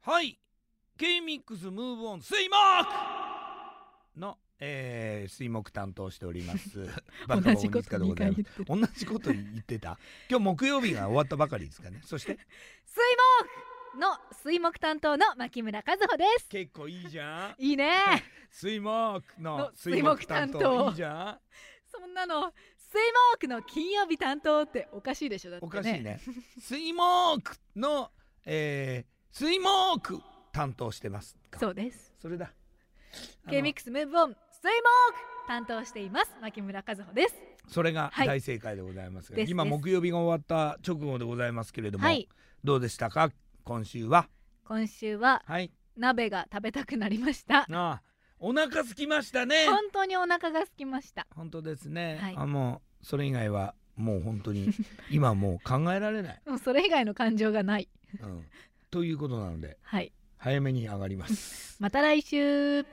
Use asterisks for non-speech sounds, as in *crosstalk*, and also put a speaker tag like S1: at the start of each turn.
S1: はい k ミックスムーブオン水木の、えー、水木担当しております
S2: *laughs*
S1: バカボン鬼塚でございます
S2: って
S1: 同じこと言ってた今日木曜日が終わったばかりですかねそ
S2: *laughs*
S1: して
S2: 水木の水木担当の牧村和穂です
S1: 結構いいじゃん
S2: いいね
S1: 水木の
S2: の
S1: 水木担
S2: 水木担
S1: 当
S2: 当
S1: いいじゃん
S2: そんなの水木の金曜日担当っておかしいでしょだって
S1: お
S2: ね
S1: かしいね水木の、えー、水木担当してますか
S2: そうです
S1: それだ
S2: k ミッ
S1: あ
S2: クスムーブオン水木担当しています牧村和穂です
S1: のそれが
S2: はい
S1: 大正解でございますが、
S2: です
S1: 今
S2: です
S1: 木曜日が終わった直後でございますけれども、
S2: はい
S1: どうでしたか今週は
S2: 今週は
S1: はい
S2: 鍋が食べたくなりました
S1: ああお腹空きましたね
S2: 本当にお腹が空きました
S1: 本当ですね、
S2: はい
S1: あもうそれ以外はもう本当
S2: *laughs*
S1: に今もう考えられない、
S2: もうそれ以外の感情がない *laughs*
S1: うん、ということなので
S2: はい
S1: 早めに上がります
S2: また来週